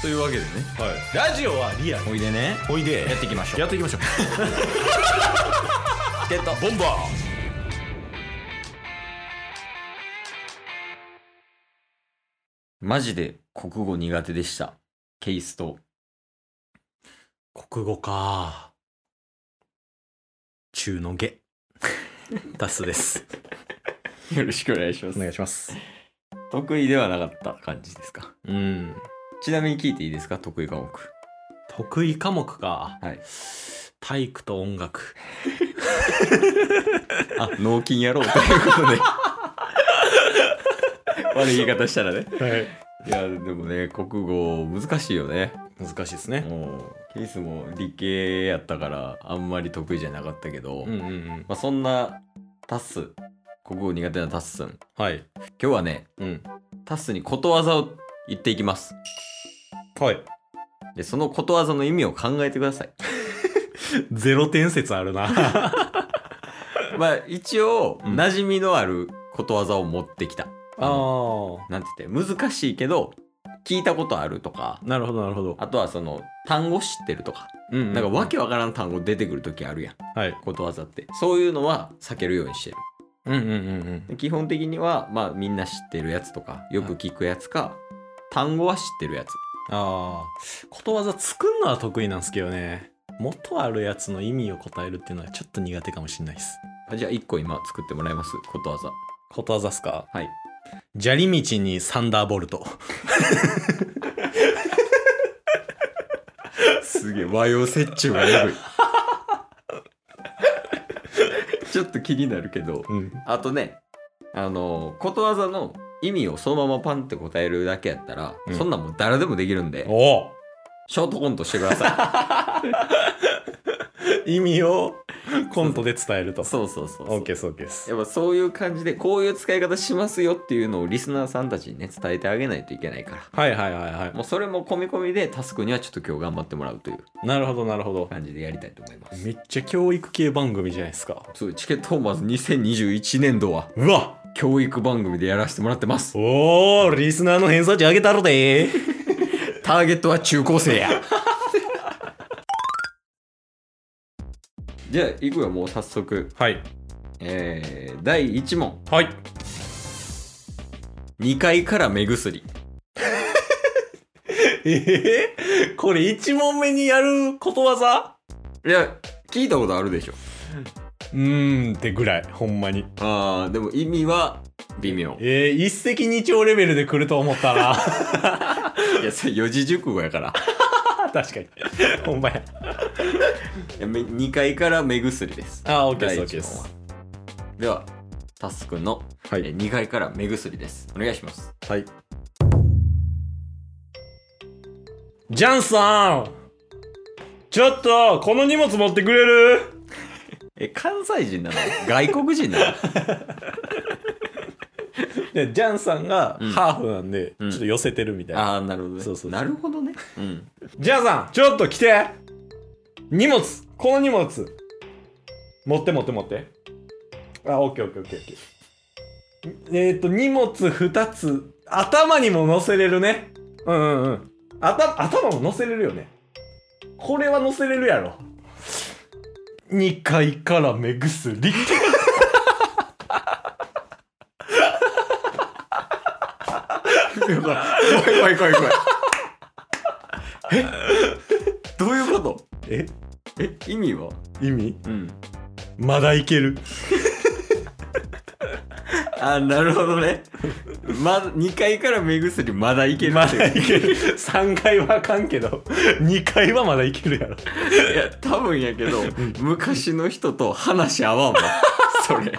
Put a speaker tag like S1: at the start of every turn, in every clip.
S1: というわけでね
S2: はい、ラジオはリアル
S1: おいでね
S2: おいで
S1: やっていきましょう
S2: やって いきましょう
S1: ってた
S2: ボンバ
S1: マジで国語苦手でしたケイスと
S2: ー国語か中 の下ダスです
S1: よろしくお願いします
S2: お願いします
S1: 得意ではなかった感じですか
S2: うん
S1: ちなみに聞いていいですか得意科目
S2: 得意科目か
S1: はい
S2: 体育と音楽
S1: あ脳筋やろうということ で悪い言い方したらね
S2: はい
S1: いやでもね国語難しいよね
S2: 難しいですね
S1: もうケイスも理系やったからあんまり得意じゃなかったけど、
S2: うんうんうん
S1: まあ、そんなタッス国語苦手なタッスン
S2: はい
S1: 今日はね
S2: うん
S1: タッスンにことわざを言っていきます
S2: はい
S1: でそのことわざの意味を考えてください
S2: ゼロ点説あ るな
S1: まあ一応
S2: うん
S1: 馴染みのあることわざを持ってきた、
S2: あー
S1: なんて言って難しいけど聞いたことあるとか
S2: なるほどなるほど
S1: あとはその単語知ってるとか、
S2: うんう
S1: なんかわけわからん単語出てくる時あるやん
S2: はい
S1: ことわざってそういうのは避けるようにしてる
S2: うんうんうん
S1: で基本的にはまあみんな知ってるやつとかよく聞くやつか単語は知ってるやつ
S2: ああことわざ作るのは得意なんですけどね元あるやつの意味を答えるっていうのはちょっと苦手かもしれないです
S1: あじゃあ1個今作ってもらいますことわざ
S2: ことわざっすか
S1: はい
S2: 砂利道にサンダーボルト
S1: すげえ和洋折衷がえぐい ちょっと気になるけど
S2: うん
S1: あとねあのことわざの意味をそのままパンって答えるだけやったら、
S2: うん
S1: そんなんもう誰でもできるんで
S2: おお
S1: ショートコントしてくださ
S2: 意味をコントで伝え ると
S1: いそうそうそうそう
S2: オッケーですオッケーです
S1: やっぱそういう感じでこういう使い方しますよっていうのをリスナーさんたちにね伝えてあげないといけないから
S2: はいはいはいは
S1: もうそれも込み込みでタスクにはちょっと今日頑張ってもらうという
S2: いなるほどなるほど
S1: 感じでやりたいと思います。
S2: めっちゃ教育系番組じゃないですか
S1: そうチケットをまず2021年度は
S2: うわ
S1: 教育番組でやらせてもらってます。
S2: おーリスナーの偏差値上げたろでー
S1: ターゲットは中高生や。じゃあ行くよもう早速、
S2: はい
S1: えー、第1問
S2: はい
S1: 2階から目薬
S2: えー、これ1問目にやることわざ
S1: いや聞いたことあるでしょ
S2: うーんってぐらいほんまに
S1: あーでも意味は微妙
S2: えー、一石二鳥レベルで来ると思ったな
S1: いやそれ四字熟語やから
S2: 確かにほんまや
S1: いやめ2階から目薬です
S2: あオッケーです
S1: 第
S2: オッケー
S1: 一
S2: で
S1: 問は
S2: す
S1: ではタスくんの、
S2: は
S1: え2階から目薬ですお願いします
S2: はいジャンさんちょっとこの荷物持ってくれる
S1: え関西人なの外国人なの
S2: でジャンさんが
S1: うん
S2: ハーフなんで、
S1: うん
S2: ちょっと寄せてるみたいな、
S1: ああなるほどね
S2: そうそうそう
S1: なるほどねうん
S2: ジャンさんちょっと来て荷物この荷物持って持って持ってあオッケーオッケーオッケーオッケーえー、っと荷物2つ頭にも乗せれるねうんうんうん頭頭も乗せれるよねこれは乗せれるやろ2階から目薬
S1: 怖い怖い怖い怖い えどういうこ
S2: え
S1: とえ意味は
S2: 意味
S1: うん
S2: まだいける
S1: あーなるほどね、ま、2階から目薬まだいける
S2: ま
S1: っていう
S2: だいける3階はあかんけど2階 はまだいけるやろ
S1: いや多分やけど昔の人と話合わんわそ れ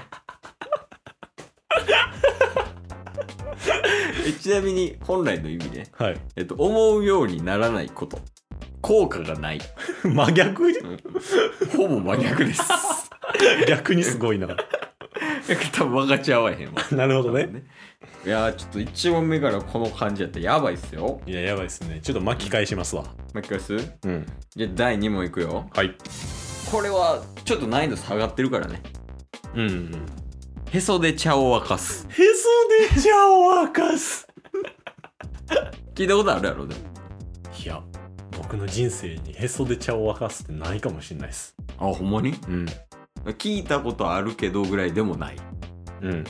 S1: えちなみに本来の意味ね、
S2: はい
S1: えっと、思うようにならないこと効果がない
S2: 真逆
S1: ほぼ真逆 です
S2: 逆にすごいな
S1: 多分分かち合わへんわ
S2: なるほどね
S1: いやーちょっと1問目からこの感じやったらやばいっすよ
S2: いや、やばいですね。ちょっと巻き返しますわ。
S1: もう一回す
S2: うん。
S1: じゃあ第2問いくよ
S2: はい。
S1: これはちょっと難易度下がってるからね
S2: うん、うん。
S1: へそで茶を沸かす
S2: へそで茶を沸かす。
S1: 聞いたことあるやろでも
S2: いや僕の人生にへそで茶を沸かすってないかもしれないです
S1: あほんまに
S2: うん
S1: 聞いたことあるけどぐらいでもない
S2: うん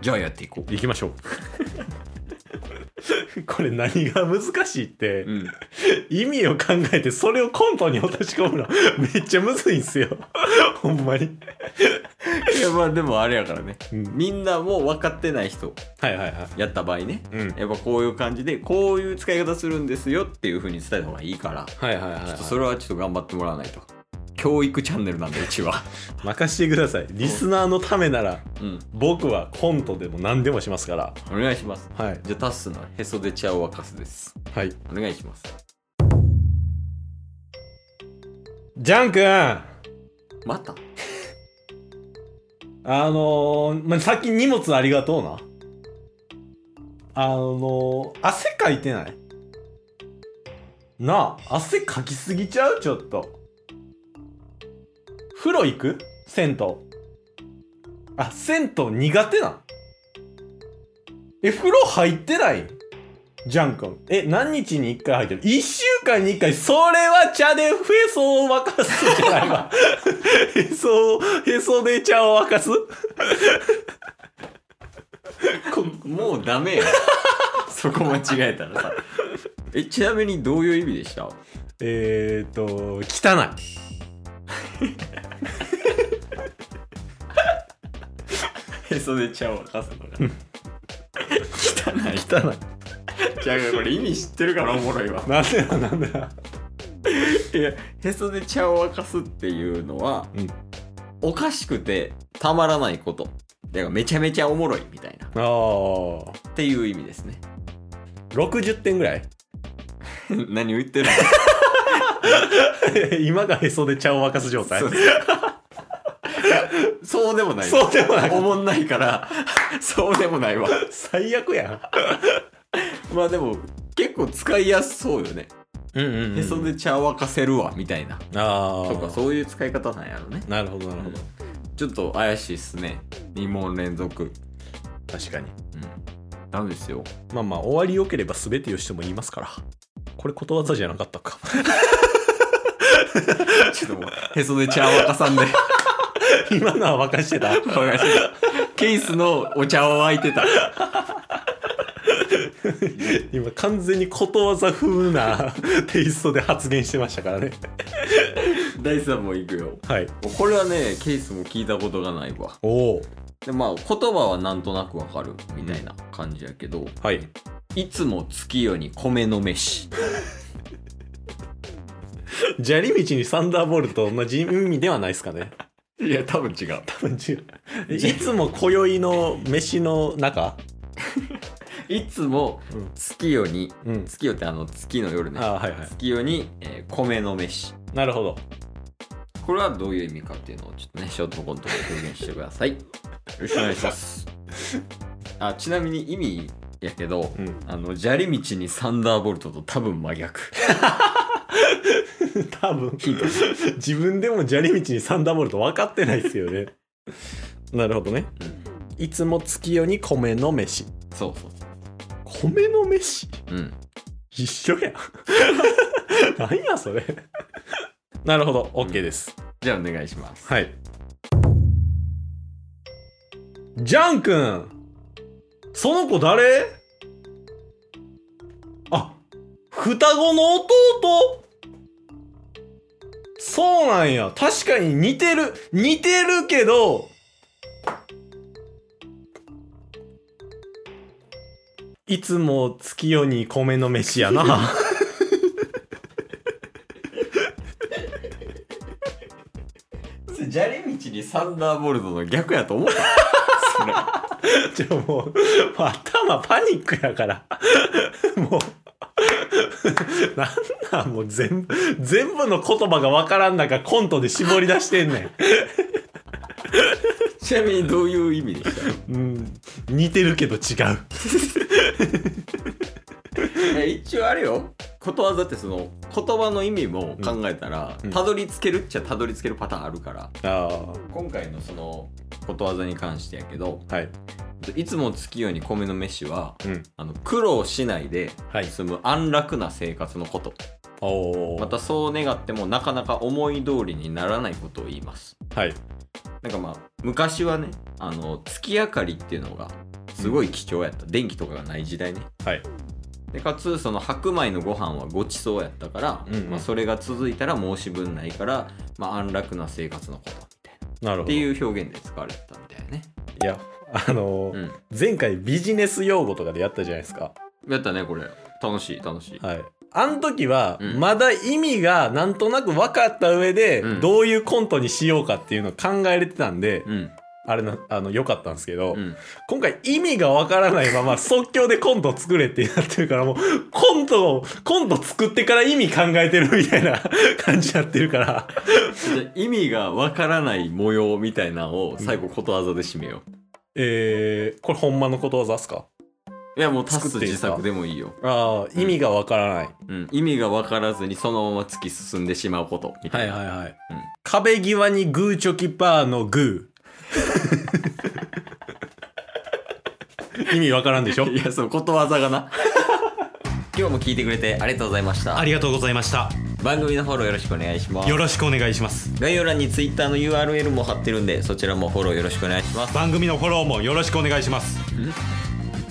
S1: じゃあやっていこ
S2: 行きましょう これ何が難しいって
S1: う、うん、
S2: 意味を考えてそれをコントに落とし込むのめっちゃむずいんすよほんまに、
S1: いや まあでもあれやからね
S2: うん、
S1: みんなもう分かってない人
S2: はいはいはい
S1: やった場合ね
S2: うん
S1: やっぱこういう感じでこういう使い方するんですよっていう風に伝えた方がいいからち
S2: はいはいはい、
S1: ょっとそれはちょっと頑張ってもらわないと教育チャンネルなんでうちは
S2: 任してくださいリスナーのためなら
S1: うん
S2: 僕はコントでも何でもしますから
S1: お願いします
S2: はい
S1: じゃあタッスのへそで茶を沸かすです
S2: はい
S1: お願いします
S2: ジャン君あ
S1: ま た
S2: のー、まさっき荷物ありがとうなあのー、汗かいてないなあ汗かきすぎちゃうちょっと風呂行く銭湯あ銭湯苦手なんえ風呂入ってないジャン君え何日に1回入ってる1週間に1回それは茶でへそを沸かすじゃないわ へそをへそで茶を沸かすこ
S1: もうダメよそこ間違えたらさえちなみにどういう意味でした
S2: えー、っと汚い
S1: へそで茶を沸かすのが汚い
S2: 汚い
S1: じゃあこれ意味知ってるからおもろいわ
S2: なんでだなんでだ
S1: いやへそで茶を沸かすっていうのは、
S2: うん
S1: おかしくてたまらないことだからめちゃめちゃおもろいみたいな
S2: あー
S1: っていう意味ですね
S2: 60点ぐらい
S1: 何を言ってる
S2: 今がへそで茶を沸かす状態
S1: のそうそうでもない
S2: そうでもない
S1: おもんないからそうでもないわ
S2: 最悪や
S1: まあでも結構使いやすそうよね、
S2: んうんうん、
S1: へそで茶を沸かせるわみたいな
S2: ああ
S1: とかそういう使い方なんやろね
S2: なるほどなるほど、
S1: ちょっと怪しいっすね2問連続
S2: 確かに
S1: うんダメですよ
S2: まあまあ終わり良ければ全て良しとも言いますからこれことわざじゃなかったか
S1: ちょっともうへそで茶を沸かさんで
S2: 今のは沸かしてた
S1: わかりましたケースのお茶を沸いてた。
S2: 今完全にことわざ風なテイストで発言してましたからね
S1: 第3問いくよ。
S2: はい
S1: これはね、ケースも聞いたことがないわ。
S2: おお
S1: で、まあ、言葉はなんとなくわかるみたいな感じやけど、
S2: はい
S1: いつも月夜に米の飯。
S2: 砂利道にサンダーボルトと同じ意味ではないですかね
S1: いや、多分違う。
S2: 多分違うえいつも今宵の飯の中
S1: いつも
S2: うん
S1: 月夜に、
S2: うん
S1: 月夜ってあの月の夜ね。
S2: ああはいはい
S1: 月夜に、えー米の飯。
S2: なるほど
S1: これはどういう意味かっていうのをちょっとね、ショートコントで表現してください。よろしくお願いします。あ、ちなみに意味やけど、
S2: うん
S1: あの砂利道にサンダーボルトと多分真逆
S2: 多分自分でも砂利道にサンダーボルト分かってないですよねなるほどね
S1: うん
S2: いつも月夜に米の飯
S1: そうそう
S2: 米の飯
S1: そううん
S2: 一緒や 何やそれなるほど OK です、
S1: じゃあお願いします
S2: はいジャン君その子誰あ双子の弟そうなんや確かに似てる似てるけどいつも月夜に米の飯やな
S1: 砂利道にサンダーボルトの逆やと思った
S2: じゃあもうもう頭パニックやからもうなんなんもう全部全部の言葉が分からん中コントで絞り出してんね
S1: ちなみにどういう意味でした
S2: ん、うん、似てるけど違う
S1: え一応あれよことわざってその言葉の意味も考えたら
S2: うんうん
S1: たど、り着けるっちゃたどり着けるパターンあるから
S2: あ
S1: 今回のそのことわざに関してやけど
S2: あはい
S1: いつも月夜に米の飯は
S2: うん。
S1: あの苦労しないで
S2: はい。
S1: 住む安楽な生活のこと
S2: おお。
S1: またそう願ってもなかなか思い通りにならないことを言います
S2: はい。
S1: なんかまあ昔はねあの月明かりっていうのがすごい貴重やった、電気とかがない時代ね
S2: はい。
S1: でかつその白米のご飯はごちそうやったから、
S2: うんうん
S1: まあ、それが続いたら申し分ないから、まあ、安楽な生活のことみたいな
S2: なるほど。
S1: って
S2: う。
S1: いう表現で使われてたみたいね
S2: いや、あのー
S1: うん
S2: 前回ビジネス用語とかでやったじゃないですか。
S1: やったねこれ楽しい楽しい、
S2: はい。あの時は、
S1: うん
S2: まだ意味がなんとなく分かった上で、
S1: うん
S2: どういうコントにしようかっていうのを考えれてたんで、
S1: うん
S2: あれな、あの、良かったんですけど、
S1: うん
S2: 今回意味が分からない まま即興でコント作れってなってるから、もう、コントを、コント作ってから意味考えてるみたいな 感じになってるから、
S1: じゃあ意味がわからない模様みたいなのを最後ことわざで締めよう、
S2: えー、これほんまのことわざっすか
S1: いやもう足
S2: 作っ
S1: す
S2: てい
S1: 自
S2: いですか
S1: 作でもいいよ、
S2: ああ、意味が分からない。
S1: うん、意味がわからずにそのまま突き進んでしまうことみた
S2: はいい
S1: な、
S2: はいはい。
S1: うん
S2: 壁際にグーチョキパーのグ ー。意味わからんでしょ
S1: いやそうことわざがな 今日も聞いてくれてありがとうございました
S2: ありがとうございました。
S1: 番組のフォローよろしくお願いします
S2: よろしくお願いします。
S1: 概要欄に Twitter の URL も貼ってるんでそちらもフォローよろしくお願いします
S2: 番組のフォローもよろしくお願いします。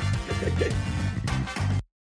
S2: す